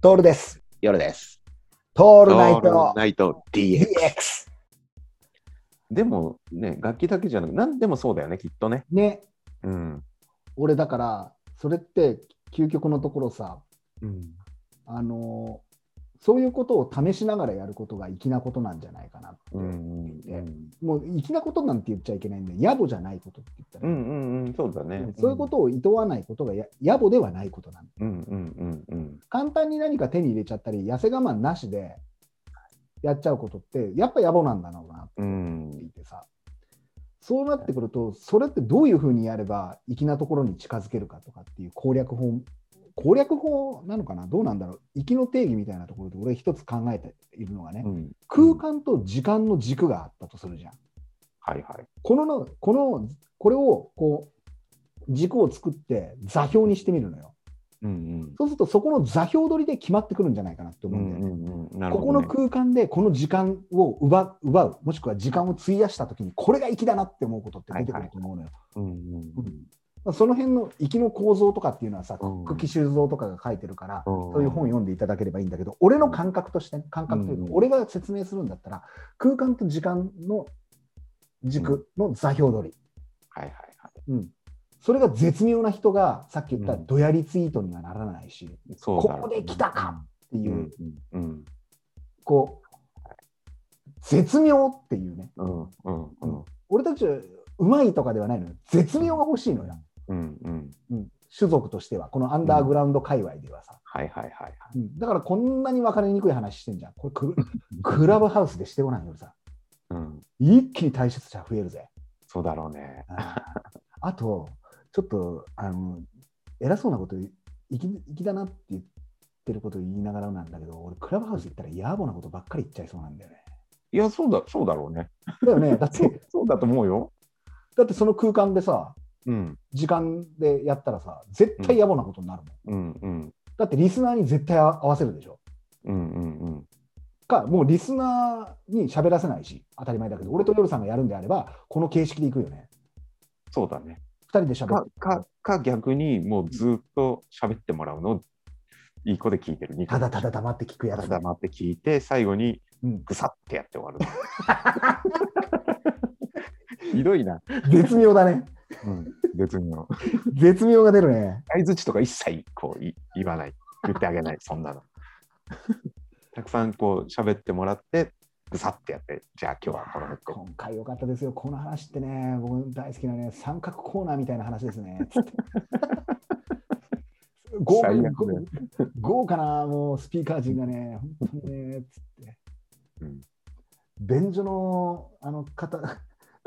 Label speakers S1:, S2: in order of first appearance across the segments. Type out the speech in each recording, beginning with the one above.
S1: トールです。
S2: 夜です。
S1: ト
S2: オ
S1: ールナイト
S2: ナイト
S1: DX。
S2: DX。でもね、楽器だけじゃなく、なんでもそうだよね、きっとね。
S1: ね、
S2: うん。
S1: 俺だから、それって究極のところさ、
S2: うん、
S1: あのーそういうことを試しながらやることが粋なことなんじゃないかなって。
S2: うん、
S1: もう粋なことなんて言っちゃいけないんで、野暮じゃないことって言った
S2: う
S1: ら、
S2: ん、うん、うん、そうだね。
S1: そういうことを厭わないことがや野暮ではないことなんだ。
S2: うん、うん、うん、うん。
S1: 簡単に何か手に入れちゃったり、痩せ我慢なしでやっちゃうことって、やっぱ野暮なんだろうな
S2: う
S1: ってい
S2: ん、
S1: てさ、そうなってくると、それってどういうふうにやれば粋なところに近づけるかとかっていう攻略法、攻略法なのかな、どうなんだろう、粋の定義みたいなところで俺、一つ考えているのがね、
S2: うん。
S1: 空間と時間の軸があったとするじゃん。
S2: はいはい。
S1: このの、この、これをこう、軸を作って座標にしてみるのよ。
S2: うん、
S1: そうすると、そこの座標取りで決まってくるんじゃないかなって
S2: うん、う
S1: 思うんだよね。
S2: ん、うん、なる
S1: こ
S2: ほ
S1: こ
S2: ど、
S1: の
S2: ね。
S1: 空間でこの時間を奪う奪うもしくは時間を費やした時にこれが粋だなって思うことって出てくると思うのよ。
S2: この、うん、うん、
S1: まあその辺の粋の構造とかっていうのはさ、
S2: うん
S1: 久木修造とかが書いてるから、
S2: うん
S1: そういう本読んでいただければいいんだけど俺の感覚としてね感覚というか、
S2: うん
S1: 俺が説明するんだったら空間と時間の軸の座標取り、
S2: はいはいは
S1: うんそれが絶妙な人がさっき言った
S2: うん
S1: どやりツイートにはならないし、
S2: い。そう
S1: こ
S2: だろう
S1: こで来たかっていうう、
S2: ん、うん、
S1: こう絶妙っていうね
S2: うん、うん、うん、
S1: 俺たちはうまいとかではないのよ絶妙が欲しいのよ、
S2: うん、うん。
S1: うん、種族としてはこのアンダーグラウンド界隈ではさ、
S2: はいはいはいはい。
S1: うんだからこんなに分かりにくい話してんじゃんこれクルクラブハウスでしてこないよさ
S2: うん、
S1: 一気に退出者増えるぜ、
S2: そうだろうね。
S1: あーあとちょっとあの偉そうなこと粋粋だなって言ってることを言いながらなんだけど俺クラブハウス行ったら野暮なことばっかり言っちゃいそうなんだよね
S2: いや、そうだ、そうだろうね。
S1: だよねだっ
S2: そ
S1: て
S2: う、 そうだと思うよ。
S1: だってその空間でさ
S2: うん、
S1: 時間でやったらさ絶対野暮なことになるもん
S2: うん、うん、
S1: だってリスナーに絶対合わせるでしょ。
S2: うん、うん、うん。
S1: か、もうリスナーに喋らせないし、当たり前だけど、俺と夜さんがやるんであれば、この形式でいくよね。
S2: そうだね。
S1: 2人で喋
S2: か
S1: る。
S2: かか逆にもうずっと喋ってもらうのをいい子で聞いてる。二個
S1: ただただ黙って聞く
S2: た
S1: や
S2: だ
S1: つ
S2: 黙って聞いて最後に
S1: うん、
S2: ぐさってやって終わる。ひどいな。
S1: 絶妙だね。
S2: うん、別にの
S1: 絶妙が出るね。
S2: 相槌とか一切こうい言わない。言ってあげない。そんなの。たくさんこう喋ってもらってぐさってやってじゃあ今日はこの辺で
S1: 今回良かったですよ。この話ってね、僕大好きなね、三角コーナーみたいな話ですね。 つって豪華
S2: 最悪だよ
S1: 豪華なもうスピーカー陣がね、本当にね、つって。
S2: うん
S1: 便所のあの方、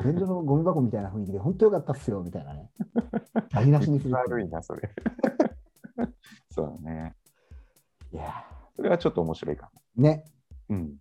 S1: 便所のゴミ箱みたいな雰囲気で、本当良かったっすよ、みたいなね。台無しにする。
S2: 悪いなそれ。 そうだね。
S1: いや
S2: それはちょっと面白いか
S1: ね、
S2: も。うん。